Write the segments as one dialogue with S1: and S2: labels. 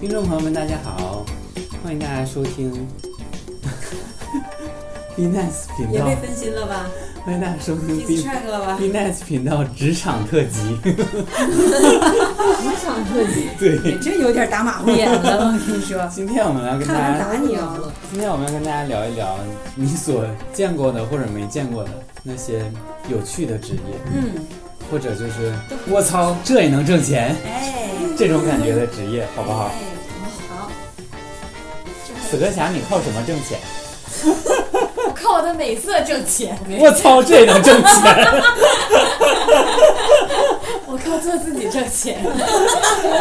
S1: 听众朋友们，大家好，欢迎大家收听 B Nice 频
S2: 也
S1: 道
S2: 被，分心了 吧
S1: 欢迎大家收听 B E
S2: ？distract 了吧？
S1: B Nice 频道职场特辑。
S3: 职场特辑，
S1: 对，
S3: 你这有点打马虎眼了， 我跟你说，
S1: 今天我们要跟大
S3: 看完
S1: 家，
S3: 打你啊！
S4: 哦
S1: 今天我们要跟大家聊一聊你所见过的或者没见过的那些有趣的职业，
S2: 嗯，
S1: 或者就是我操，这也能挣钱
S2: 哎，
S1: 这种感觉的职业，好不好？
S2: 哎好，
S1: 死磕侠，你靠什么挣钱？
S2: 我靠我的美色挣钱，
S1: 我操，这也能挣钱？
S2: 我靠做自己挣钱。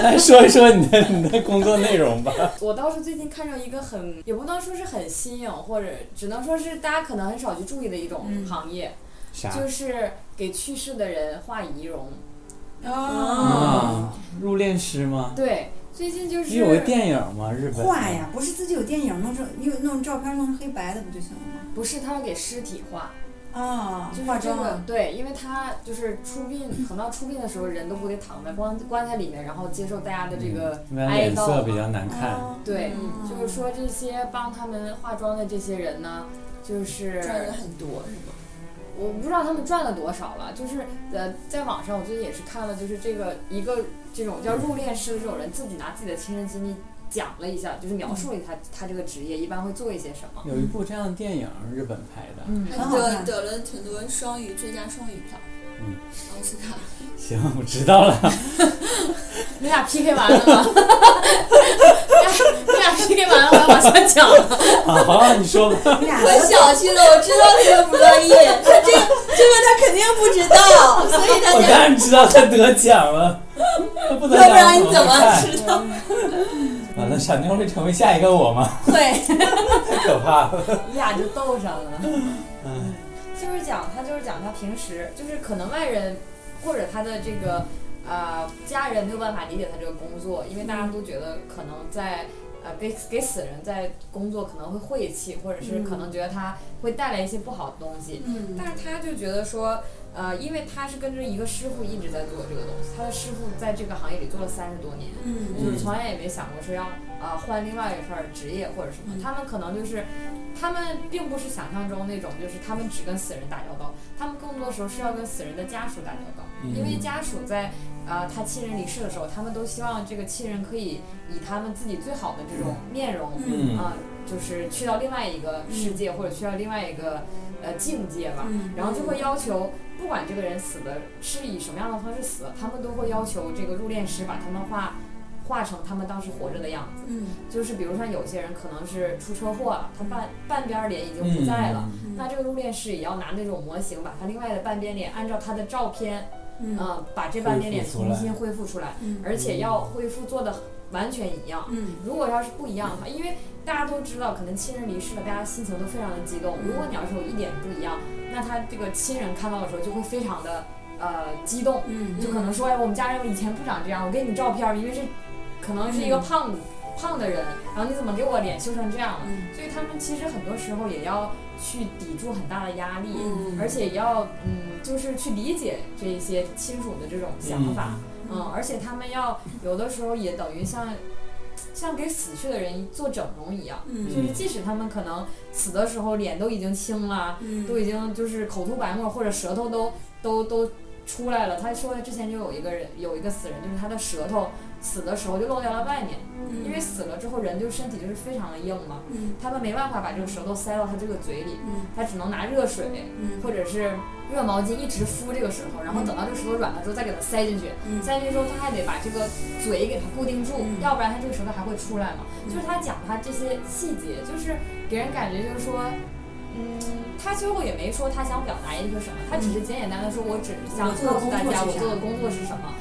S1: 来 说一说你的你的工作内容吧。
S4: 我倒是最近看上一个很，也不能说是很新颖，或者只能说是大家可能很少去注意的一种
S2: 嗯
S4: 行业，
S1: 啥？
S4: 就是给去世的人画仪容。
S2: 哦，
S1: 啊，入殓师
S2: 嗯
S1: 吗？
S4: 对，最近就
S1: 有个
S4: 是
S1: 电影吗？日本
S2: 画呀，不是自己有电影弄成，用弄照片弄成黑白的不就行了吗？
S4: 不是他要给尸体画，
S2: 啊
S4: 就是
S2: 化
S4: 这
S2: 妆
S4: 个
S2: 啊，
S4: 对，因为他就是出殡，可能要出殡的时候人都不得躺在棺棺材里面，然后接受大家的这个
S1: 一般
S4: 哀
S1: 脸色
S4: 悼
S1: 比
S4: 嘛。
S1: 较难看。
S2: 哦
S4: 对
S2: 嗯
S4: 就是说这些帮他们化妆的这些人呢，就是
S3: 赚的很多是吗？
S4: 我不知道他们赚了多少了，就是呃，在网上我最近也是看了，就是这个一个这种叫入殓师的这种人，自己拿自己的亲身经历讲了一下，就是描述了一下他这个职业一般会做一些什么。
S1: 有一部这样的电影，日本拍的。
S4: 嗯
S2: 很好
S5: 得
S2: 看
S5: 得了很多双语最佳双语票，
S1: 嗯，
S5: 奥斯卡。
S1: 行，我知道 了。
S4: 你俩 PK 完了吗？ 你俩 PK 完了，我要往下讲了。
S1: 好，你说 吧。
S2: 你俩
S5: 我小气的，我知道你们不乐意，他这这个他肯定不知道，所以他
S1: 我
S5: 就
S1: 当然知道他得奖 了，他不得
S5: 要不
S1: 奖
S5: 然你怎么
S1: 看？嗯
S5: 知道？
S1: 完了，傻妞会成为下一个我 吗？
S5: 会，
S1: 太可怕了。
S4: 你俩就斗上了。
S1: 嗯，
S4: 就是讲他就是讲他平时就是可能外人或者他的这个呃家人没有办法理解他这个工作，因为大家都觉得可能在。呃，给给死人在工作可能会晦气，或者是可能觉得他会带来一些不好的东西，
S5: 嗯
S4: 但是他就觉得说，呃，因为他是跟着一个师傅一直在做这个东西，他的师傅在这个行业里做了三十多年，
S5: 嗯
S4: 就是从来也没想过说要啊、呃换另外一份儿职业或者什
S1: 嗯
S4: 么。他们可能就是，他们并不是想象中那种，就是他们只跟死人打交道，他们更多时候是要跟死人的家属打交道，
S1: 嗯
S4: 因为家属在啊、呃他亲人离世的时候，他们都希望这个亲人可以以他们自己最好的这种面容啊、
S1: 嗯
S4: 就是去到另外一个世界、或者去到另外一个呃境界吧。然后就会要求，不管这个人死的是以什么样的方式死，他们都会要求这个入殓师把他们画画成他们当时活着的样子。
S5: 嗯
S4: 就是比如说有些人可能是出车祸了，他半半边脸已经不在了，
S1: 嗯
S4: 那这个入殓师也要拿那种模型把他另外的半边脸按照他的照片，嗯、
S5: 嗯
S4: 把这半边脸
S1: 恢复出来
S4: 重新恢复出来，
S5: 嗯
S4: 而且要恢复做的完全一样。
S5: 嗯
S4: 如果要是不一样的话，因为大家都知道，可能亲人离世了，大家心情都非常的激动。如果你要是有一点不一样，那他这个亲人看到的时候就会非常的呃激动，
S5: 嗯
S4: 就可能说，哎，我们家人以前不长这样，我给你照片儿，因为是可能是一个胖子、胖的人，然后你怎么给我脸修成这样了？
S5: 嗯
S4: 所以他们其实很多时候也要去抵住很大的压力，
S5: 嗯
S4: 而且也要嗯，就是去理解这一些亲属的这种想法。嗯，而且他们要有的时候也等于像像给死去的人做整容一样，
S5: 嗯
S4: 就是即使他们可能死的时候脸都已经青了，
S5: 嗯
S4: 都已经就是口吐白沫或者舌头都都都出来了。他说之前就有一个人有一个死人，就是他的舌头死的时候就露在了外面，
S2: 嗯
S4: 因为死了之后人就身体就是非常的硬嘛，
S5: 嗯
S4: 他们没办法把这个舌头塞到他这个嘴里，
S5: 嗯
S4: 他只能拿热水
S5: 嗯
S4: 或者是热毛巾一直敷这个舌头，然后等到这个舌头软了之后再给它塞进去。
S5: 嗯
S4: 塞进去之后，他还得把这个嘴给它固定住，
S5: 嗯
S4: 要不然他这个舌头还会出来嘛。
S5: 嗯
S4: 就是他讲他这些细节，就是给人感觉就是说，嗯，他最后也没说他想表达一个什么，他只是简简单单说，我只是想
S5: 嗯我做的
S4: 告诉大家
S5: 工作是啥
S4: 我
S5: 嗯
S4: 做的工作是什么。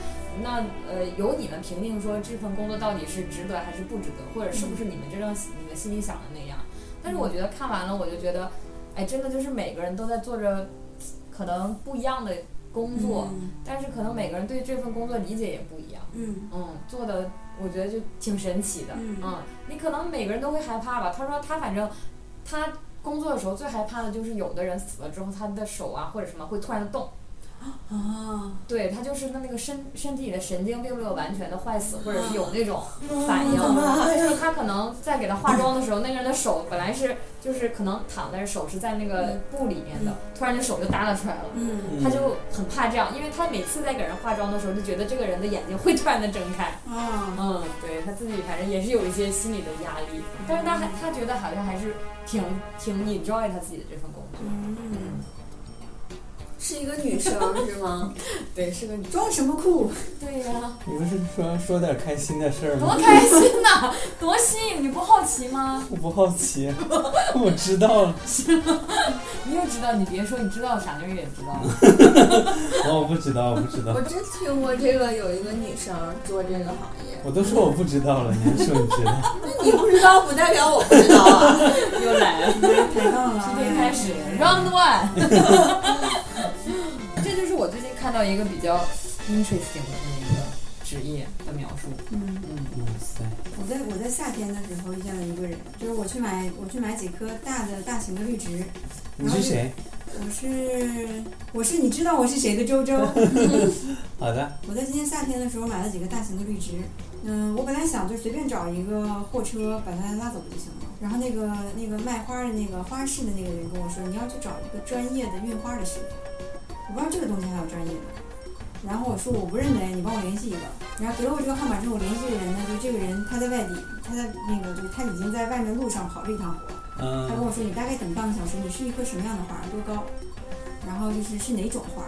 S4: 那呃，由你们评定说这份工作到底是值得还是不值得，或者是不是你们真正你们心里想的那样。但是我觉得看完了，我就觉得，哎，真的就是每个人都在做着可能不一样的工作，但是可能每个人对这份工作理解也不一样。
S5: 嗯
S4: 嗯，做的我觉得就挺神奇的。
S5: 嗯
S4: 你可能每个人都会害怕吧。他说他反正他工作的时候最害怕的就是有的人死了之后，他的手啊或者什么会突然动。
S2: 嗯哦
S6: 啊，
S4: 对他就是那那个身身体里的神经并没有完全的坏死，或者是有那种反应，
S2: 嗯
S4: 就是他可能在给他化妆的时候，那个人的手本来是就是可能躺在手是在那个布里面的，突然这手就耷拉出来了。
S6: 嗯
S4: 他就很怕这样，因为他每次在给人化妆的时候，就觉得这个人的眼睛会突然的睁开。
S6: 啊，
S4: 嗯，对他自己反正也是有一些心理的压力，但是他还他觉得好像还是挺挺 enjoy 他自己的这份工作。
S6: 嗯，
S2: 是一个女生是吗？
S4: 对，是个女。
S6: 装什么酷？
S4: 对呀、
S1: 你不是说说点开心的事儿
S4: 多
S1: 吗？
S4: 开心呐、多新颖，你不好奇吗？
S1: 我不好奇， 我知道了，
S4: 你又知道，你别说，你知道啥妞也知道了。
S1: 哦，我不知道，我不知道
S2: 我，真听过这个，有一个女生做这个行业。
S1: 我都说我不知道了，你还说你知道？
S2: 那你不知道不代表我不知道啊。
S4: 又来 了，
S6: 抬杠了，
S4: 今天开始 round one。这就是我最近看到一个比较 interesting 的一个职业的描述。
S6: 嗯，
S4: 嗯
S1: 哇塞，
S6: 我在我在夏天的时候遇见了一个人，就是我去买我去买几棵大的大型的绿植，
S1: 你是谁？
S6: 我是我是你知道我是谁的周周。
S1: 好的，
S6: 我在今年夏天的时候买了几个大型的绿植，嗯，我本来想就随便找一个货车把它拉走就行了。然后那个那个卖花的那个花市的那个人跟我说，你要去找一个专业的运花的师傅，我不知道这个东西还有专业的。然后我说我不认得，你帮我联系一个。然后给了我这个号码之后，我联系这个人呢，就这个人他在外地，他在那个就他已经在外面路上跑了一趟活，他跟
S1: 嗯，
S6: 我说你大概等半个小时，你是一棵什么样的花，多高，然后就是是哪种花，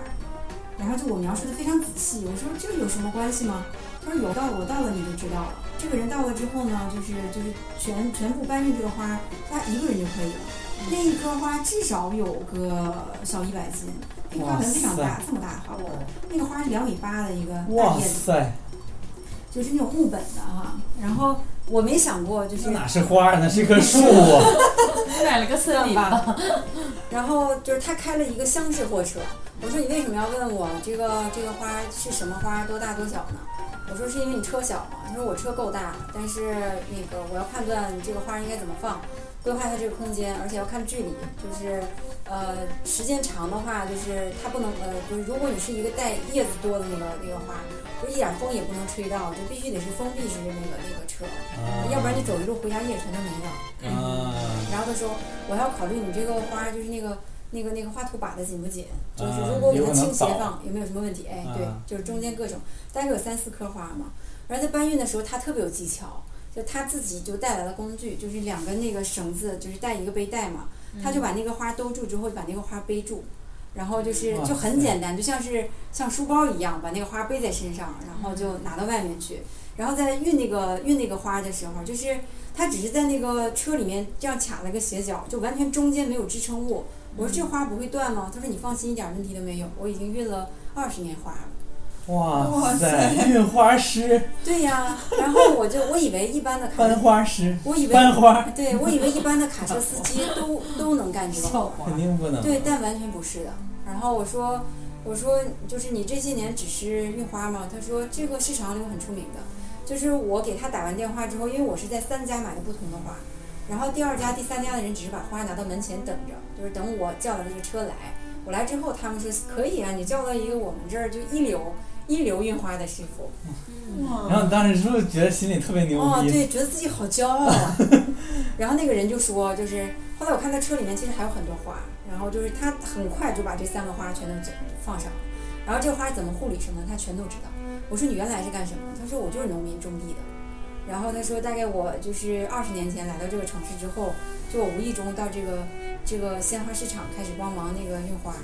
S6: 然后就我描述的非常仔细。我说这个有什么关系吗？他说有到我到了你就知道了。这个人到了之后呢，就是就是全全部搬运这个花，他一个人就可以了。
S1: 嗯
S6: 那一棵花至少有个小一百斤，那个花盆非常
S1: 哇
S6: 大
S1: 塞，
S6: 这么大的花
S4: 哦
S6: 盆，那个花是两米八的一个大
S1: 哇
S6: 叶子，
S1: 塞，
S6: 就是那种木本的哈。然后我没想过就是
S1: 这哪是花儿，那是一棵树 啊！
S4: 你买了个森 林吧？
S6: 吧。
S2: 然后就是他开了一个厢式货车，我说你为什么要问我这个这个花是什么花，多大多小呢？我说是因为你车小嘛。他说我车够大，但是那个我要判断这个花应该怎么放，规划它这个空间，而且要看距离，就是呃时间长的话，就是它不能呃就是如果你是一个带叶子多的那个那个花，就一点风也不能吹到，就必须得是封闭式的那个那个车，要不然你走一路回家叶全都没了。
S1: 啊，
S2: 然后他说我还要考虑你这个花就是那个那个那个画图把的紧不紧，就是
S1: 啊
S2: 如果给
S1: 有
S2: 它
S1: 可能
S2: 倾斜
S1: 倒
S2: 放有没有什么问题？哎，对
S1: 啊，
S2: 就是中间各种，大概有三四棵花嘛。然后在搬运的时候，他特别有技巧，就他自己就带来了工具，就是两根那个绳子，就是带一个背带嘛，他就把那个花兜住之后，就把那个花背住。然后就是
S1: 哇
S2: 就很
S1: 塞
S2: 简单，就像是像书包一样，把那个花背在身上，然
S1: 嗯
S2: 后就拿到外面去。然后在运那个运那个花的时候，就是他只是在那个车里面这样卡了个斜角，就完全中间没有支撑物。我
S1: 嗯
S2: 说这花不会断吗？他说你放心，一点问题都没有，我已经运了二十年花了。
S1: 哇塞，运花师、
S2: 对呀，然后我就我以为一般 的卡
S1: 搬，花师、
S2: 我以为
S1: 搬花，
S2: 对我以为一般的卡车司机都都能干这个活。
S1: 肯定不能。
S2: 对，但完全不是的。然后我说，我说就是你这些年只是运花吗？他说这个市场里我很出名的，就是我给他打完电话之后，因为我是在三家买的不同的花，然后第二家、第三家的人只是把花拿到门前等着，就是等我叫了这个车来。我来之后，他们说可以啊，你叫到一个我们这儿就一流一流运花的师傅。
S1: 然后你当时是不是觉得心里特别牛
S2: 哦，
S1: 逼？
S2: 对，觉得自己好骄傲啊。 然后那个人就说，就是后来我看他车里面其实还有很多花，然后就是他很快就把这三个花全都放上了，然后这个花怎么护理什么的他全都知道。我说你原来是干什么？他说我就是农民种地的。然后他说大概我就是二十年前来到这个城市之后，就我无意中到这个这个鲜花市场开始帮忙那个运花。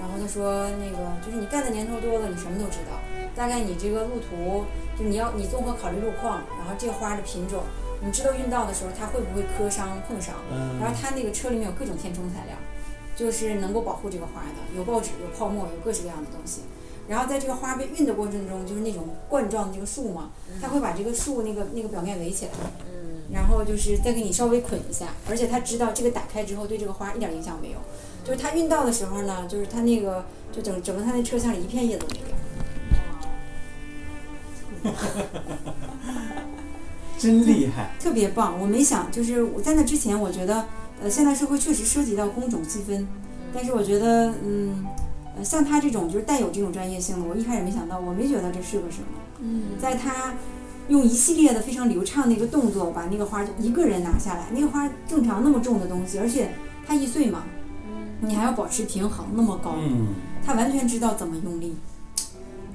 S2: 然后他说那个就是你干的年头多了，你什么都知道。大概你这个路途就你要你综合考虑路况，然后这花的品种，你知道运到的时候它会不会磕伤碰伤，然后
S1: 嗯，
S2: 它那个车里面有各种填充材料，就是能够保护这个花的，有报纸，有泡沫，有各式各样的东西。然后在这个花被运的过程中，就是那种冠状的这个树嘛，它会把这个树那个那个表面围起来，然后就是再给你稍微捆一下，而且它知道这个打开之后对这个花一点影响没有，就是它运到的时候呢，就是它那个就整整个它那车厢里一片叶子都没有。
S1: 真厉害！
S6: 特别棒。我没想，就是我在那之前，我觉得，呃，现代社会确实涉及到工种细分，但是我觉得，嗯，
S2: 呃，像他这种就是带有这种专业性的，我一开始没想到，我没觉得这是个什么。
S3: 嗯
S2: 在他用一系列的非常流畅的一个动作，把那个花就一个人拿下来。那个花正常那么重的东西，而且他一岁嘛，你还要保持平衡那么高，
S1: 嗯，
S2: 他完全知道怎么用力，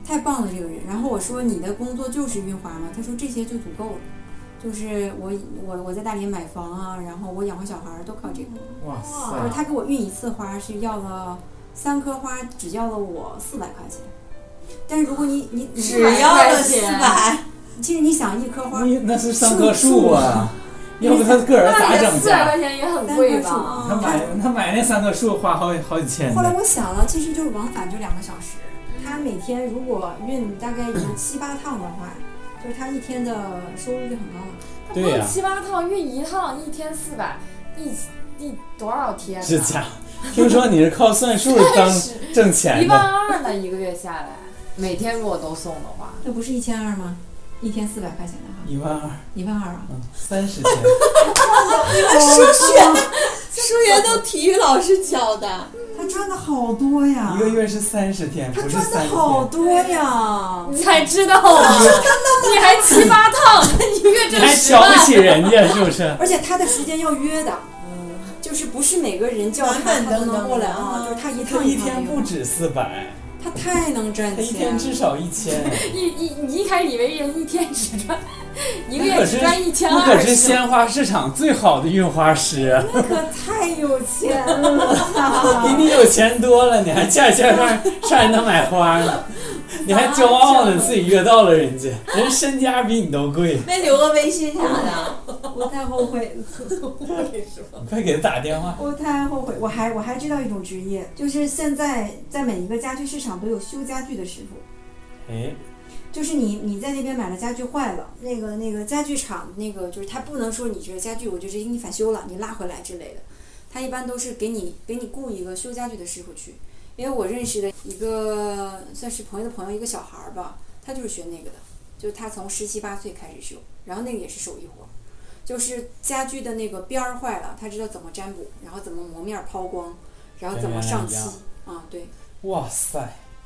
S2: 太棒了这个人。然后我说你的工作就是运花嘛，他说这些就足够了。就是我我我在大连买房啊，然后我养活小孩儿都靠这个。
S1: 哇
S4: 哇
S2: 就是
S1: 塞，
S2: 他给我运一次花是要了三颗花，只要了我四百块钱。但是如果你你你
S4: 只
S2: 买
S4: 要了
S2: 400
S4: 400，
S2: 其实你想一棵花
S1: 那那是三棵树 啊，要不他个人咋整
S4: 四百
S1: 的？
S4: 块钱也很
S2: 三
S4: 贵
S2: 棵树，
S4: 吧？
S1: 他买他买那三棵树花好几好几千
S2: 后来
S1: 呢。
S2: 我想了，其实就是往返就两个小时。他每天如果运大概有七八趟的话，就是他一天的收入就很高了。
S1: 对呀
S4: 那七八趟运一趟，一天四百，一一多少天呢？啊
S1: 这家伙，听说你是靠算数当挣
S4: 一
S1: 钱
S4: 万
S1: 的，
S4: 二呢，一个月下来，
S3: 每天如果都送的话，
S2: 这不是一千二吗？一天四百块钱的话，
S1: 一万二，
S2: 一万 二啊！
S1: 嗯，三十天，
S3: 数学都体育老师教的，
S2: 他赚的好多呀
S1: 一个月是三十天，
S2: 他
S1: 不是
S2: 赚的
S1: 三
S2: 好
S1: 天。
S2: 多呀！
S4: 你才知道 啊！你还七八趟，一个月
S1: 你
S4: 挣
S1: 还
S4: 十
S1: 瞧不
S4: 万，
S1: 起人家是不是？
S2: 而且他的时间要约的，
S1: 嗯
S2: 就是不是每个人叫
S5: 满
S2: 他
S5: 满
S2: 他都
S5: 登
S2: 能
S5: 登
S2: 过来
S5: 的
S2: 啊， 就是他一
S1: 他
S2: 趟
S1: 一
S2: 趟
S1: 天
S2: 的
S1: 不止四百，
S2: 他太能赚
S1: 他一
S2: 钱
S1: 天
S2: 了，
S1: 至少一 千。
S4: 一一你一开始以为人一天只赚，一个
S1: 那可
S4: 月
S1: 是
S4: 只赚一千
S1: 我可
S4: 二
S1: 是鲜花市场最好的运花师，啊
S2: 那可太有钱了。
S1: 比你有钱多了，你还欠欠上上人家买花呢，你还骄傲呢，自己约到了人家，人身家比你都贵，
S3: 没留个微信啥的，
S2: 我太后悔了，
S1: 你快给他打电话。
S2: 我太后悔。我还我还知道一种职业，就是现在在每一个家具市场都有修家具的师傅。
S1: 哎，
S2: 就是你你在那边买了家具坏了，那个那个家具厂那个就是他不能说你这个家具我就直接给你返修了，你拉回来之类的，他一般都是给你给你雇一个修家具的师傅去，因为我认识的一个算是朋友的朋友一个小孩儿吧，他就是学那个的，就是他从十七八岁开始修，然后那个也是手艺活儿，就是家具的那个边儿坏了，他知道怎么占卜，然后怎么磨面儿抛光，然后怎么上漆
S1: 跟原来
S2: 啊、对。
S1: 哇塞，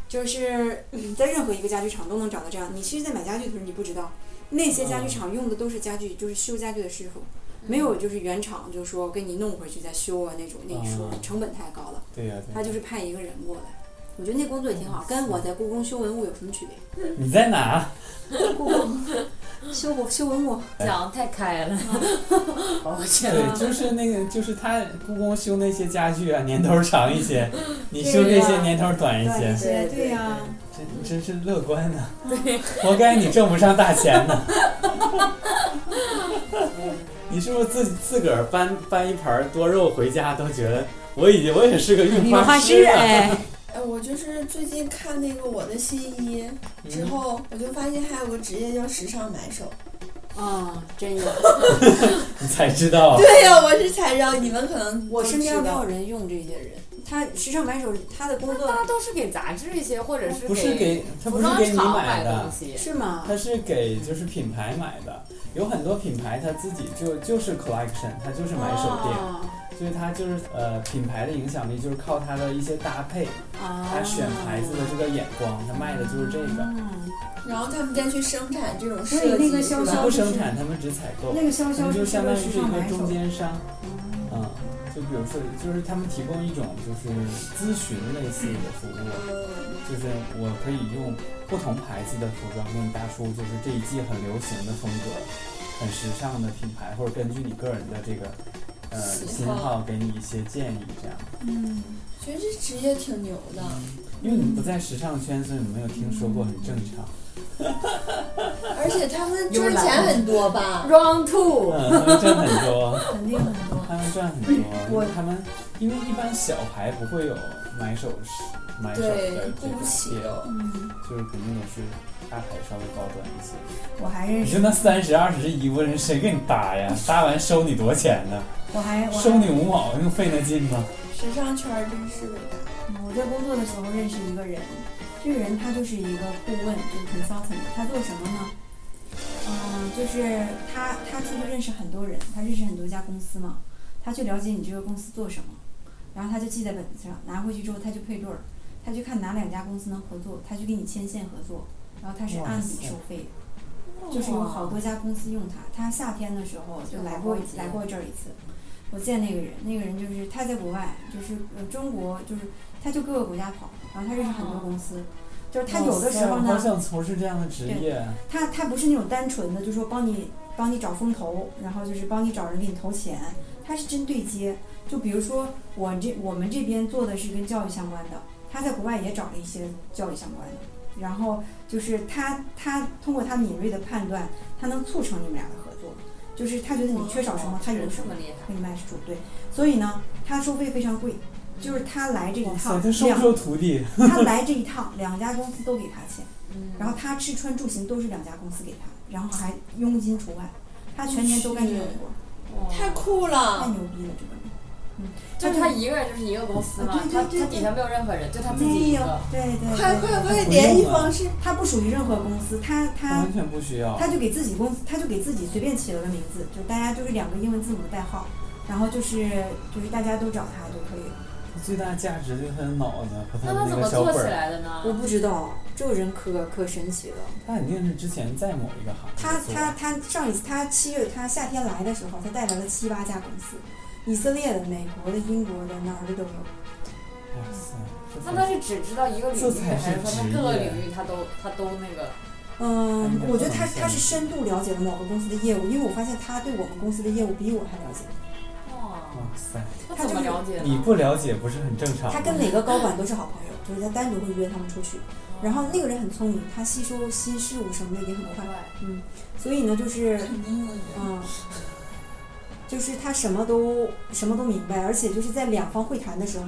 S2: 就是你在任何一个家具厂都能找到这样。你其实，在买家具的时候你不知道，那些家具
S1: 嗯
S2: 厂用的都是家具，就是修家具的师傅，没有就是原厂就是说给你弄回去再修啊那种那一说
S1: 嗯，
S2: 成本太高了。
S1: 对呀、
S2: 他
S1: 对呀、
S2: 就是派一个人过来，我觉得那工作也挺
S1: 嗯
S2: 好，跟我在故宫修文物有什么区别？
S1: 你在哪？
S2: 故宫 修我修文物，
S4: 讲太开了，啊
S1: 抱歉，对，就是那个，就是他故宫修那些家具啊，年头长一些，你修这些年头短一
S2: 对
S1: 些，
S2: 些对呀、
S1: 真真是乐观呢、活该你挣不上大钱呢、你是不是自自个儿搬搬一盘多肉回家都觉得我已经我也是个运花师了？
S2: 哎，
S6: 哎，我就是最近看那个《我的新衣》之后，我就发现还有个职业叫时尚买手。
S2: 啊，真有，
S1: 你才知道，
S6: 对呀、我是才知道，你们可能
S2: 我
S6: 都
S2: 身边
S6: 知
S2: 没
S6: 道
S2: 有人用这些人。他时尚买手，他的工
S4: 大
S2: 作
S4: 家都是给杂志一些，或者是
S1: 不是给他不是
S4: 服装
S1: 给你
S4: 厂
S1: 买
S4: 的东
S1: 的，
S4: 西，
S2: 是吗？
S1: 他是给就是品牌买的。有很多品牌他自己就就是 collection，他就是买手店，
S2: 啊
S1: 所以他就是呃品牌的影响力就是靠他的一些搭配，
S2: 啊，
S1: 他选牌子的这个眼光，他卖的就是这个。
S2: 嗯，
S6: 然后他们再去生产这种设
S2: 所以那
S6: 计是吧，
S2: 个销
S1: 他
S2: 售
S1: 不生产，他们只采购，
S2: 那个潇
S1: 他
S2: 潇
S1: 们就相当于
S2: 时
S1: 是一
S2: 尚
S1: 个
S2: 买手
S1: 中，间商。嗯，就比如说，就是他们提供一种就是咨询类似的服务，啊
S6: 嗯，
S1: 就是我可以用不同牌子的服装给你搭出就是这一季很流行的风格，很时尚的品牌，或者根据你个人的这个呃
S6: 喜好
S1: 喜好给你一些建议，这样。
S4: 嗯
S6: 觉得这职业挺牛的。
S1: 因为你不在时尚圈，所以你没有听说过，
S6: 嗯
S1: 很正常。
S6: 而且他们赚钱很多吧？
S4: Round Two，
S1: 嗯，他们赚很多，
S4: 肯定很多。
S1: 他们赚很多。
S2: 我
S1: 他们因为一般小牌不会有买手是买手的
S6: 对，
S1: 这
S6: 雇
S1: 个
S6: 不起
S1: 店，
S6: 哦。
S4: 嗯
S1: 就是肯定都是大牌稍微高端一些。
S2: 我还认
S1: 你
S2: 识，
S1: 说那三十二十衣服，人谁给你搭呀？搭完收你多少钱呢？
S2: 我还哎我还
S1: 收你五毛，用费那劲吗？
S6: 时尚圈儿真是伟大。
S2: 我在工作的时候认识一个人，这个人他就是一个顾问，就是 consultant，他做什么呢？嗯、就是他他出去认识很多人，他认识很多家公司嘛，他去了解你这个公司做什么，然后他就记在本子上，拿回去之后他就配对儿，他去看哪两家公司能合作，他去给你牵线合作，然后他是按
S1: 哇
S2: 笔
S1: 塞
S2: 收费的。
S6: 哦
S2: 就是有好多家公司用它。它夏天的时候就来过一次，来过这儿一次。我见那个人，那个人就是他在国外，就是呃中国，就是他就各个国家跑，然后他认识很多公司。就是他有的时候
S1: 好
S2: 呢，
S1: 想从事这样的职业，
S2: 他他不是那种单纯的，就是说帮你帮你找风投，然后就是帮你找人给你投钱，他是真对接。就比如说我这我们这边做的是跟教育相关的，他在国外也找了一些教育相关的，然后就是他他通过他敏锐的判断，他能促成你们俩的合作，就是他觉得你缺少
S4: 哦
S2: 什么，他有什
S4: 这
S2: 么
S4: 么厉害，
S2: 可以卖出，对。所以呢，他收费非常贵，就是他来这一
S1: 哇
S2: 趟
S1: 塞，他收不
S2: 两
S1: 收徒弟？
S2: 他来这一趟，两家公司都给他钱。
S4: 嗯
S2: 然后他吃穿住行都是两家公司给他，然后还佣金除外，他全年都干这个活，
S6: 太
S4: 酷，
S6: 酷
S2: 太
S6: 了！
S2: 牛逼了这个人。嗯，
S4: 就是他一个人就是一个公司
S2: 啊，
S4: 嘛
S2: 对
S4: 他
S2: 对对
S4: 他底下没有任何人，就他自己
S2: 对
S4: 一
S2: 呀
S5: 啊
S4: 个，，
S2: 对对，
S6: 快
S2: 对
S6: 快快，联系方式
S2: 他不属于任何公司，他他
S1: 完全不需要。
S2: 他就给自己公司，他就给自己随便起了个名字，就大家就是两个英文字母的代号，然后就是就是大家都找他就可以了。
S1: 最大价值就是他的脑子和的
S4: 那他
S1: 那
S4: 怎
S1: 个
S4: 么
S1: 小
S4: 做
S1: 本
S4: 起
S1: 儿。
S4: 来的呢？
S5: 我不知道，这个人可可神奇了。
S1: 他肯定是之前在某一个行业
S2: 他
S1: 做
S2: 他他上一次他七月他夏天来的时候，他带来了七八家公司，以色列的、美国的、英国的，哪儿的都有。
S1: 哇塞，
S4: 那
S1: 啊
S4: 他是只知道一个领
S1: 这
S4: 域，
S1: 才是
S4: 还是说他
S1: 职
S4: 各个
S1: 业
S4: 领域他都他都那个？
S2: 嗯，我觉得他
S1: 还是
S2: 他是深度了解了某个公司的业务，因为我发现他对我们公司的业务比我还了解。
S4: 哇，
S1: 哇塞，
S4: 哦他
S2: 哦他
S4: 怎么
S2: 就是
S4: 了解呢？
S1: 嗯你不了解不是很正常吗？
S2: 他跟每个高管都是好朋友，就是他单独会约他们出去。嗯然后那个人很聪明，他吸收新事物什么的也很快，所以呢，就是
S6: 肯定的呀
S2: 嗯，就是他什么都什么都明白，而且就是在两方会谈的时候，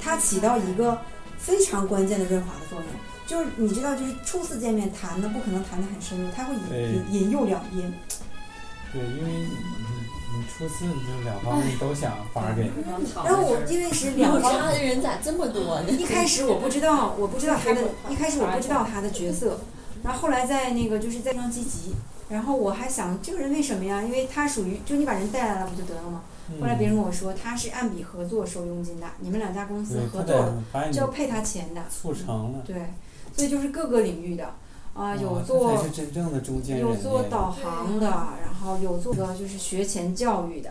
S2: 他起到一个非常关键的润滑的作用。就是你知道，就是初次见面谈呢，不可能谈得很深入，他会引引引诱两边。
S1: 对，因为你你你初次就两方面都想发给你，
S2: 嗯然后我因为是两
S6: 有
S2: 方
S6: 差的人咋这么多呢？
S2: 一开始我不知道，我不知道他的，一开始我不知道他的角色，然后后来在那个就是在非常积极，然后我还想这个人为什么呀？因为他属于就你把人带来了不就得了吗？后来别 人跟我说他是按笔合作收佣金的，你们两家公司
S1: 对
S2: 合
S1: 他
S2: 作了
S1: 得把你
S2: 就要配他钱的，
S1: 促成了。
S2: 对，所以就是各个领域的啊、有
S1: 哇
S2: 做
S1: 这才是真正的中间人
S2: 有
S1: 类，
S2: 做导航的，然后有做个就是学前教育的，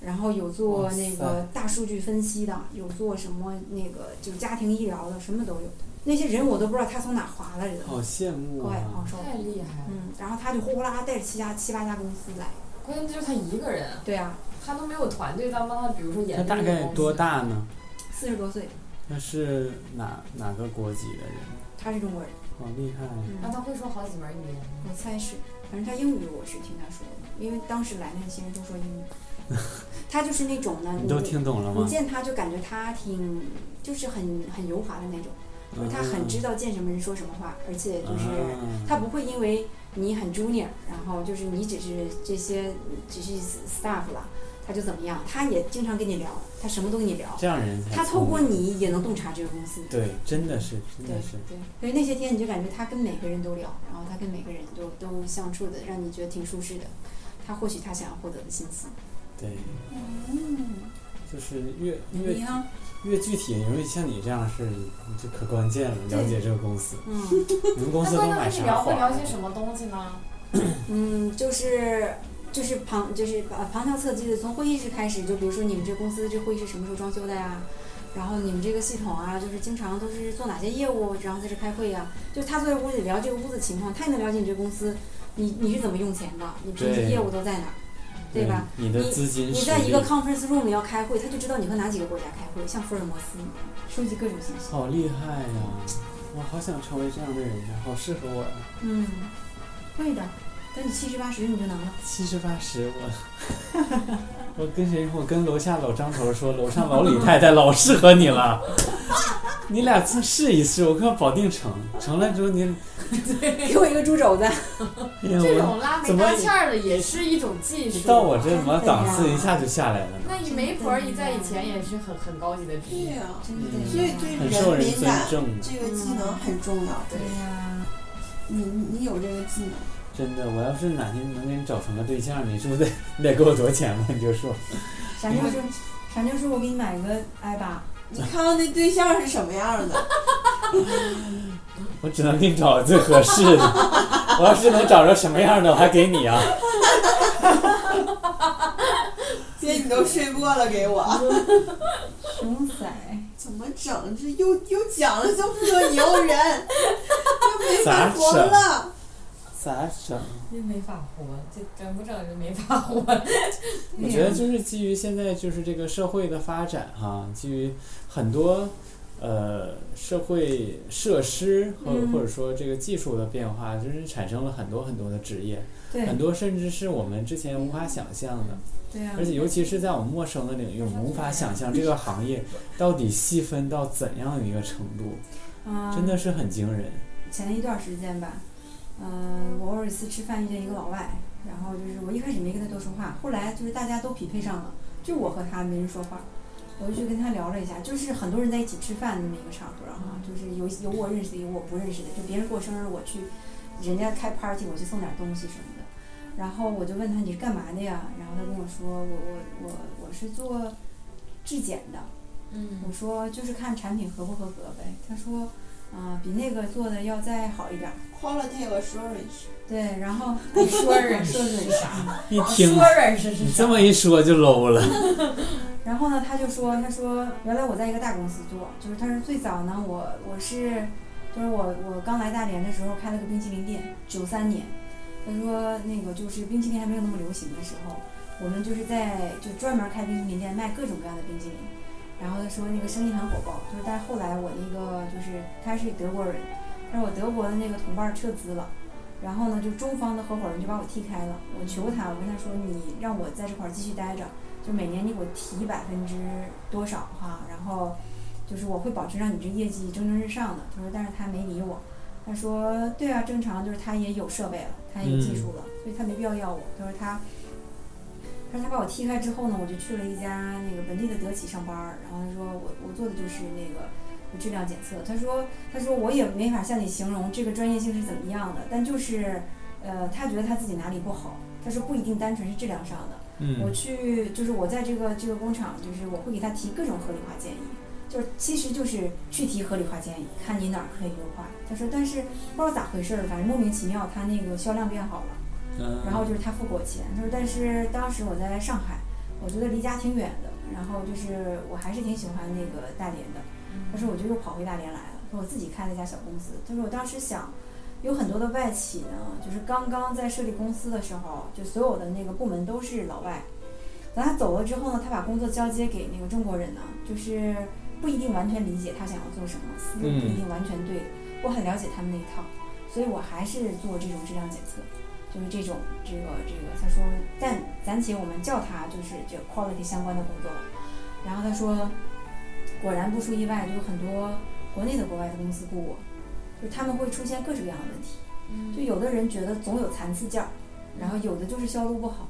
S2: 然后有做
S1: 哇塞
S2: 那个大数据分析的，有做什么那个就家庭医疗的，什么都有的。那些人我都不知道他从哪划来的，
S1: 好羡慕
S2: 怪好
S1: 啊！
S2: 受。
S4: 太厉害了，
S2: 嗯，然后他就呼呼啦啦带着七家七八家公司来。
S4: 关键就是他一个人，
S2: 对啊，
S4: 他都没有团队在帮他，比如说
S1: 他
S4: 研究
S1: 大
S4: 这个
S1: 概
S4: 公司
S1: 多？大呢？
S2: 四十多岁，
S1: 他是哪哪个国籍的人？
S2: 他是中国人，
S1: 好厉害啊！
S4: 那
S2: 嗯，
S4: 他会说好几门语言吗？
S2: 我猜是，反正他英语我是听他说的，因为当时来那些人都说英语。 他就是那种呢，
S1: 你都听懂了
S2: 你
S1: 吗？
S2: 见他就感觉他挺，就是很很油滑的那种。就是他很知
S1: 道，
S2: 道见什么人说什么话，而且就是
S1: 嗯啊
S2: 他不会因为你很 junior，然后就是你只是这些只是 staff 了，他就怎么样？他也经常跟你聊，他什么都跟你聊，
S1: 这样人才
S2: 他透过
S1: 聪明
S2: 你也能洞察这个公司。
S1: 对，真的是真
S2: 对
S1: 的是，
S2: 对，所以那些天你就感觉他跟每个人都聊，然后他跟每个人都都相处的，让你觉得挺舒适的。他获取他想要获得的信息。
S1: 对，
S6: 嗯
S1: 就是越越
S2: 你呢？
S1: 越具体，因为像你这样是你就可关键了，了解这个公 司，
S2: 嗯
S1: 你们公
S4: 那
S1: 司都
S4: 关键
S1: 买
S4: 是
S1: 啥
S4: 聊会
S1: 花
S4: 聊些什么东西呢？
S2: 嗯，就是。就是旁就是呃旁敲侧击的，从会议室开始，就比如说你们这公司这会议室什么时候装修的呀？然后你们这个系统啊，就是经常都是做哪些业务，然后在这开会呀、就他坐在屋里聊这个屋子情况，他也能了解你这公司，你你是怎么用钱的，你平时
S1: 对
S2: 业务都在哪儿，对
S1: 对
S2: 吧？？
S1: 你的资金
S2: 你
S1: 实
S2: 在一个
S1: 力，
S2: conference room 要开会，他就知道你和哪几个国家开会，像福尔摩斯一样，收集各种信息。
S1: 好厉害呀！我好想成为这样的人呀，好适合我啊呀！
S2: 嗯，会的，等你七十八十你就能了。
S1: 七十八十，我我跟谁？我跟楼下老张头说，楼上老李太太老适合你了，你俩再试一试，我快保定成，成了之后你，
S2: 给我一个猪肘子。
S1: 哎呀，
S4: 这
S1: 我
S4: 种拉
S1: 怎
S4: 没
S1: 么
S4: 搭线儿的也是一种技
S1: 你
S4: 术。啊
S1: 到我这什么
S2: 真的
S1: 档次
S2: 呀
S1: 一下就下来了呢，
S4: 那一媒婆儿一在以前也是很很高级的职
S6: 对
S4: 业。
S6: 呀、
S2: 真的
S1: 嗯
S2: 呀
S6: 所以对
S1: 很受
S6: 人
S1: 人
S6: 敏
S1: 尊
S6: 感
S1: 重，
S6: 这个技能很重要。
S4: 对
S2: 呀。
S6: 你你有这个技能，
S1: 真的。我要是哪天能给你找成个对象，你是不 是得你得给我多少钱吧？你就说，
S2: 闪电说，闪电说，我给你买个 i 八，
S6: 你看看那对象是什么样的？
S1: 我只能给你找最合适的。我要是能找着什么样的，我还给你啊。
S6: 姐，你都睡过了，给我
S2: 熊仔，
S6: 怎么整？这又又讲了就喝牛 人，又没
S1: 咋
S6: 法活
S1: 整
S6: 了。
S1: 咋整？
S4: 这没法活，这整不整就没法活。
S1: 我觉得就是基于现在就是这个社会的发展哈、基于很多呃社会设施或或者说这个技术的变化，就是产生了很多很多的职业，
S2: 对啊
S1: 很多甚至是我们之前无法想象的，
S2: 对啊
S1: 而，且尤其是在我们陌生的领域，我们无法想象这个行业到底细分到怎样一个程度，
S2: 嗯，
S1: 真的是很惊人。
S2: 前一段时间吧，嗯、我偶尔一次吃饭遇见一个老外，然后就是我一开始没跟他多说话，后来就是大家都匹配上了，就我和他没人说话，我就去跟他聊了一下，就是很多人在一起吃饭那么一个场合哈、就是有有我认识的，有我不认识的，就别人过生日我去，人家开 party 我去送点东西什么的，然后我就问他你是干嘛的呀？然后他跟我说我我我我是做质检的，
S3: 嗯
S2: 我说就是看产品合不合格呗。他说，啊、比那个做的要再好一点儿。
S6: Quality assurance，
S2: 对，然后
S4: 你说人
S2: 说
S4: 是啥？
S1: 一听
S4: 说人是是
S1: 你
S4: 啥？
S1: 这么一说就 low 了，
S2: 然后呢，他就说，他说原来我在一个大公司做，就是他说最早呢，我我是，就是我我刚来大连的时候开了个冰淇淋店，九三年，他说那个就是冰淇淋还没有那么流行的时候，我们就是在就专门开冰淇淋店卖各种各样的冰淇淋，然后他说那个生意很火爆，就是但是后来我那个就是他是德国人，但是我德国的那个同伴撤资了。然后呢，就中方的合伙人就把我踢开了。我求他，我跟他说：“你让我在这块儿继续待着，就每年你给我提百分之多少哈，然后就是我会保持让你这业绩蒸蒸日上的。他说，但是他没理我，他说对啊，正常就是他也有设备了，他也有技术了，所以他没必要要我。他说他，他说他把我踢开之后呢，我就去了一家那个本地的德企上班儿，然后他说我我做的就是那个。质量检测，他说，他说我也没法向你形容这个专业性是怎么样的，但就是，呃，他觉得他自己哪里不好，他说不一定单纯是质量上的，我
S1: 嗯，
S2: 去就是我在这个这个工厂，就是我会给他提各种合理化建议，就是其实就是去提合理化建议，看你哪儿可以优化。他说，但是不知道咋回事儿，反正莫名其妙他那个销量变好了。
S1: 嗯
S2: 然后就是他付过钱，他说但是当时我在上海，我觉得离家挺远的，然后就是我还是挺喜欢那个大连的，他说我就又跑回大连来了，他说我自己开了一家小公司，他说我当时想，有很多的外企呢，就是刚刚在设立公司的时候，就所有的那个部门都是老外，等他走了之后呢，他把工作交接给那个中国人呢，就是不一定完全理解他想要做什么，思路不一定完全对的，我很了解他们那一套，所以我还是做这种质量检测。就是这种这个这个，他说，但暂且我们叫他就是这 quality 相关的工作吧。然后他说，果然不出意外，就有很多国内的国外的公司雇我，就是他们会出现各式各样的问题。
S4: 嗯
S2: 就有的人觉得总有残次件儿，然后有的就是销路不好。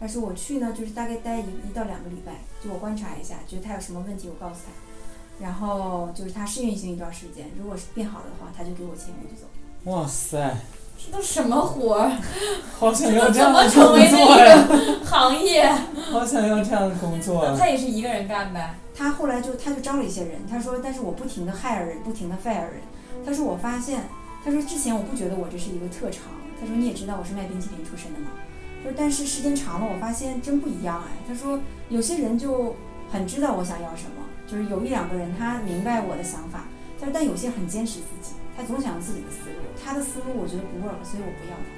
S2: 他说我去呢，就是大概待一一到两个礼拜，就我观察一下，觉得他有什么问题，我告诉他。然后就是他试运行一段时间，如果是变好了的话，他就给我签约就走。
S1: 哇塞，
S4: 这都什么活儿？
S1: 好想要
S4: 这
S1: 这
S4: 怎
S1: 样
S4: 么
S1: 的
S4: 成为
S1: 工作呀！
S4: 这一个 行业？
S1: 好想要这样的工作啊！
S4: 他也是一个人干呗。
S2: 他后来就他就招了一些人，他说，但是我不停的 hire 人，不停的 fire 人。他说我发现，他说之前我不觉得我这是一个特长，他说你也知道我是卖冰淇淋出身的嘛。他说但是时间长了，我发现真不一样哎。他说有些人就很知道我想要什么，就是有一两个人他明白我的想法，他说但有些很坚持自己，他总想用自己的思路，他的思路我觉得不 work，所以我不要他。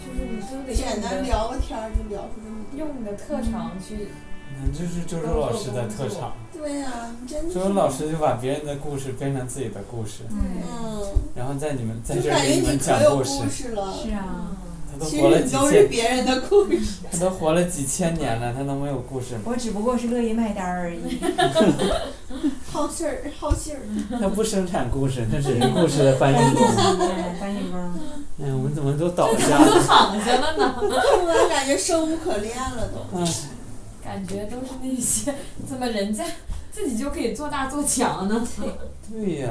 S4: 就是你都得
S6: 简单
S4: 用你的
S6: 聊个天儿就聊出这么
S4: 用你的特长去，
S1: 嗯，这是周周老师的特长。
S6: 对呀、啊，真
S1: 周
S6: 是
S1: 周老师就把别人的故事编成自己的故事，
S2: 嗯，
S6: 嗯，
S1: 然后在你们在
S6: 就
S1: 这儿
S6: 感觉
S1: 给你
S6: 你
S1: 们讲
S6: 可有
S1: 故事。
S6: 事了。
S2: 是啊。
S4: 嗯
S1: 他都
S6: 其
S1: 活
S6: 实
S1: 了
S6: 你
S1: 几
S6: 都是
S1: 千，
S6: 别人的故事，
S1: 他都活了几千年了，他能没有故事吗？
S2: 我只不过是乐意卖单儿而已。
S6: 好事儿， 好信儿。
S1: 他不生产故事，他只是故事的翻 译 工。
S2: 哎，翻译工。
S1: 哎呀，我们怎么都倒下了？
S4: 躺下了呢。
S6: 突然感觉生无可恋了都。
S1: 哎，
S4: 感觉都是那些怎么人家自己就可以做大做强呢？
S1: 对呀、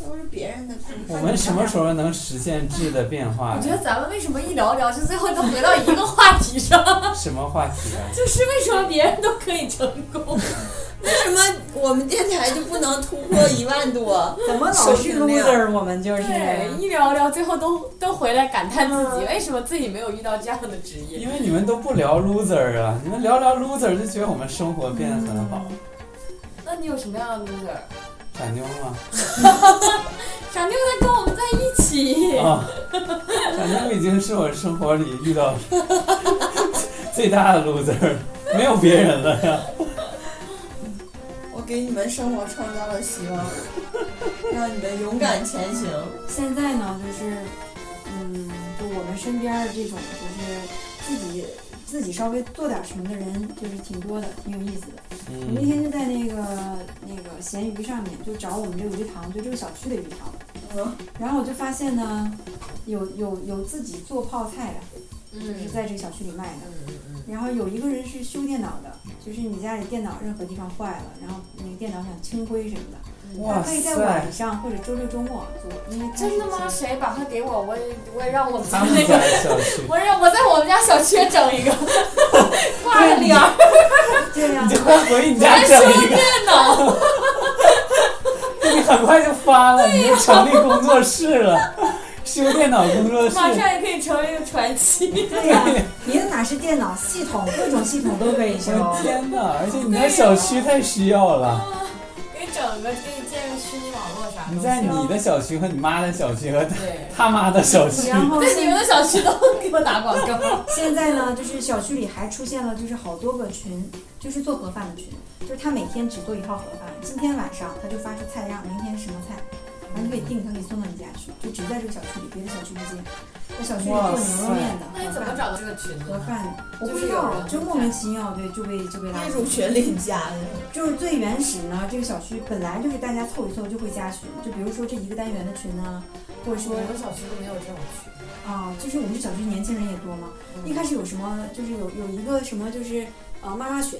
S6: 都是别人的故
S1: 我
S6: 事。
S1: 们什么时候能实现质的变化
S4: 我
S1: 呀？
S4: 觉得咱们为什么一聊聊，就最后都回到一个话题上，
S1: 什么话题啊？
S4: 就是为什么别人都可以成功，
S6: 为什么我们电台就不能突破一万多？
S5: 怎么老
S6: 收
S5: 是
S6: 听量
S5: loser？我们就是
S4: 对，一聊聊，最后都都回来感叹自己为哎什么自己没有遇到这样的职业。
S1: 因为你们都不聊 loser 啊，你们聊聊 loser 就觉得我们生活变得很好。
S4: 那你有什么样的 loser？
S1: 傻妞吗？
S4: 傻妞在跟我们在一起，
S1: 啊，傻妞已经是我生活里遇到最大的 loser，没有别人了呀。
S6: 我给你们生活创造了希 望，让你们勇敢前行。
S2: 现在呢，就是，嗯，就我们身边的这种，就是自己自己稍微做点什么的人，就是挺多的，挺有意思的。我那
S1: 嗯，
S2: 天就在那个那个闲鱼上面，就找我们这个鱼塘，就这个小区的鱼塘。
S6: 嗯，
S2: 然后我就发现呢，有有有自己做泡菜的，就是
S4: 嗯
S2: 在这个小区里卖的。
S4: 嗯
S2: 然后有一个人是修电脑的，就是你家里电脑任何地方坏了，然后那个电脑想清灰什么的，
S1: 嗯哇
S2: 他可以在
S1: 塞
S2: 晚，上或者周六周末做，因为他
S4: 真的
S2: 是
S4: 吗？谁把它给我？我也我也让我们家
S1: 他们
S4: 那
S1: 家
S4: 个，
S1: 小区，
S4: 我让我在我们家小区也整 一个，挂着帘儿
S2: 对呀、
S1: 你就快回你家整一个，
S4: 电 脑。
S1: 你很快就发了，你就成立工作室了，修电脑工作室。
S4: 马上也可以成为一个传奇。
S2: 对呀、你的哪是电脑系统，各种系统都可以修。
S1: 我的天哪！而且你在小区太需要了，
S2: 啊
S4: 给整个给你建个虚拟网络啥的。
S1: 你在你的小区和你妈的小区和
S4: 对，
S1: 他妈的小区，
S2: 然后
S4: 在你
S2: 现
S4: 们的小区都给我打广告。
S2: 现在呢，就是小区里还出现了就是好多个群，就是做盒饭的群，就是他每天只做一号盒饭，今天晚上他就发出菜单，明天是什么菜，然后你可以订，他可以送到你家去，就只在这个小区里，别的小区不接。在小区里做牛肉面的，
S4: 那你怎么找到这个群
S2: 盒
S4: 呢？
S2: 饭？我不
S4: 就是
S2: 知
S4: 有
S2: 道，
S4: 人
S2: 就
S4: 在
S2: 莫名其妙，对，就被就被拉
S6: 业
S2: 住
S6: 主。群里加的，
S2: 就是最原始呢，这个小区本来就是大家凑一凑就会加群，就比如说这一个单元的群呢，或者说
S4: 我们小区都没有这种群。
S2: 啊，就是我们这小区年轻人也多嘛。
S4: 嗯
S2: 一开始有什么，就是有有一个什么，就是呃妈妈群，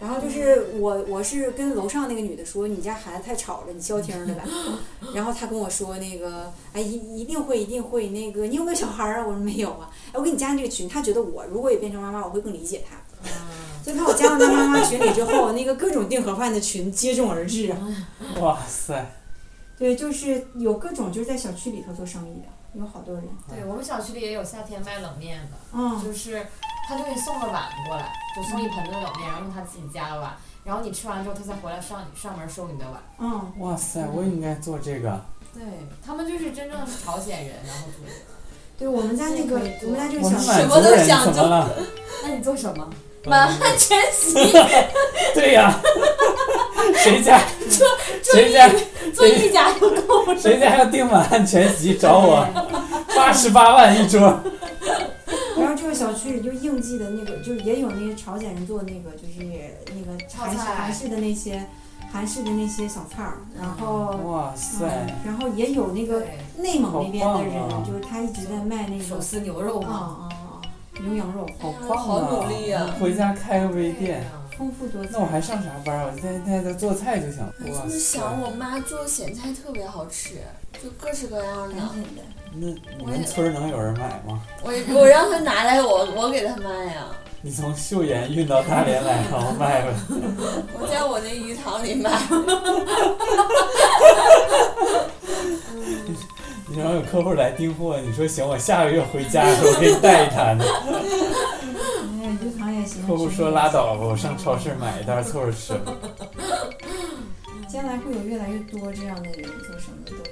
S2: 然后就是我我是跟楼上那个女的说，你家孩子太吵了，你消停儿的吧。 然后她跟我说那个，哎一一定会一定会那个，你有没有小孩儿啊？我说没有啊。哎，我给你加进这个群，她觉得我如果也变成妈妈，我会更理解她。
S1: 啊
S2: 所以她我加到那妈妈群里之后，那个各种订盒饭的群接踵而至啊。
S1: 哇塞！
S2: 对，就是有各种就是在小区里头做生意的，有好多人。
S4: 对我们小区里也有夏天卖冷面的，
S2: 嗯，
S4: 就是他就给你送个碗过来，就送一盆子冷面，然后用他自己家的碗，然后你吃完之后，他再回来上你上门收你的碗。
S2: 嗯，
S1: 哇塞，我也应该做这个。
S4: 对他们就是真正的朝鲜人， 然后就是
S2: 对我们家那个
S4: 这个可以，
S2: 我们家这个
S1: 我
S2: 小
S1: 是
S2: 区，
S1: 满族人，怎么了？
S4: 那你做什么？满
S1: 嗯
S4: 汉全席，
S1: 对呀、谁家谁家
S4: 做一家就够了。
S1: 谁家要订满汉全席找我，八十八万一桌。
S2: 然后这个小区里就应季的那个，就是也有那些朝鲜人做那个，就是那个
S4: 炒
S2: 韩式
S4: 菜
S2: 韩式的那些韩式的那些小菜儿，然后、
S1: 哇塞，
S2: 嗯、然后也有那个
S4: 对，
S2: 内蒙那边
S1: 好
S2: 的
S1: 棒
S2: 人，
S1: 啊
S2: 就是他一直在卖那
S4: 手
S2: 个
S4: 撕牛肉
S2: 啊
S4: 嘛，嗯
S2: 啊啊牛羊肉，
S1: 好
S6: 哎呀
S1: 棒啊！
S6: 好努力啊！
S1: 回家开个微店，
S4: 啊
S2: 丰富多
S1: 那我还
S2: 彩。
S1: 上啥班啊？我现在在做菜就行了。
S6: 我
S1: 哇
S6: 就是
S1: 塞，
S6: 想我妈做咸菜特别好吃，就各式各样的
S2: 赶。紧的，
S1: 那你们村儿能有人买吗？
S6: 我我让她拿来，我我给她卖啊呀、
S1: 你从岫岩运到大连来，然后卖呗。
S6: 我在我那鱼塘里卖。
S1: 你然后有客户来订货，你说行，我下个月回家的时候我给你带一坛。
S2: 哎，鱼塘也 行。
S1: 客户说拉倒吧，我上超市买一袋凑合吃。
S2: 将来会有越来越多这样的人做什么都有。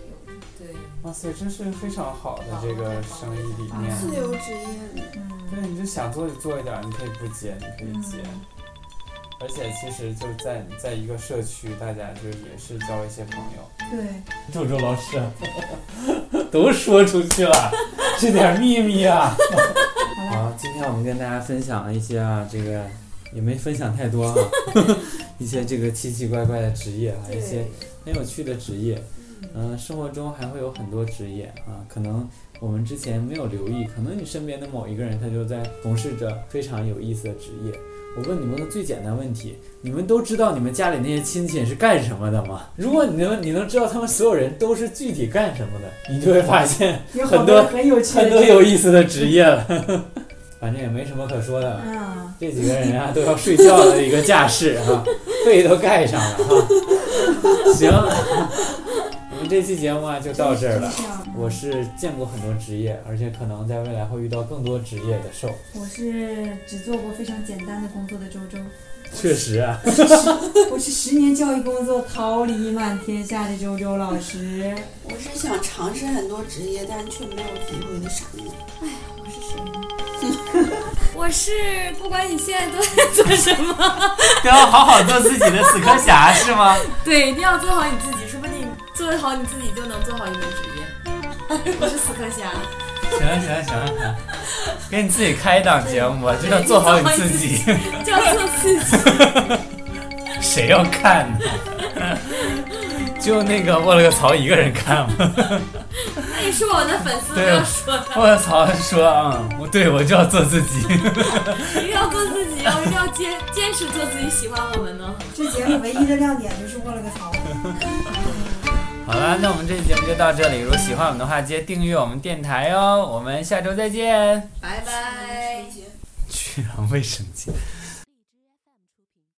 S4: 对，
S1: 哇塞，这是非常好的这个生意理念。
S6: 自由职业呢？
S2: 嗯，
S1: 对，你就想做就做一点儿，你可以不接，你可以接。而且其实就在在一个社区，大家就也是交一些朋友。
S2: 对，
S1: 周周老师，啊 都说出去了， 这点秘密啊！
S2: 好了，
S1: 好，今天我们跟大家分享了一些啊，这个也没分享太多啊， 一些这个奇奇怪怪的职业啊，一些很有趣的职业。嗯、生活中还会有很多职业啊，可能我们之前没有留意，可能你身边的某一个人他就在从事着非常有意思的职业。我问你们个最简单问题：你们都知道你们家里那些亲戚是干什么的吗？如果你能你能知道他们所有人都是具体干什么的，你就会发现
S2: 有
S1: 很
S2: 好
S1: 多
S2: 多很有趣的
S1: 很多有意思的职业了， 反正也没什么可说的。
S2: 嗯，
S1: 这几个人啊，都要睡觉的一个架势啊，肺都盖上了哈。行，我们这期节目啊就到这儿了。
S2: 这样，
S1: 我是见过很多职业，而且可能在未来会遇到更多职业的兽。
S2: 我是只做过非常简单的工作的周周，
S1: 确实啊，
S2: 我是十年教育工作桃李满天下的周周老师。
S6: 我是想尝试很多职业，但是却没有机会的傻妞。
S7: 我是谁呢？
S4: 我是不管你现在都在做什么，
S1: 都要好好做自己的死磕侠是吗？
S4: 对，一定要做好你自己，说不定做好你自己就能做好一门职业。 我是死磕侠，
S1: 行啊了行了行了行了，给你自己开一档节目吧，就要做好你自 己，
S4: 就要做自己。
S1: 谁要看呢？就那个我了个槽一个人看吗？
S4: 那你是我的粉丝，不
S1: 对
S4: 要说了，
S1: 我操，说啊，我对我就要做自己。
S4: 一定要做自己，要一定要坚坚持做自己，喜欢我们呢。
S2: 这节目唯一的亮点就是卧了个槽。
S1: 好了，那我们这期节目就到这里。如果喜欢我们的话，记得订阅我们电台哦。我们下周再见。
S6: 哎
S7: 拜拜。
S1: 去狼狈省钱。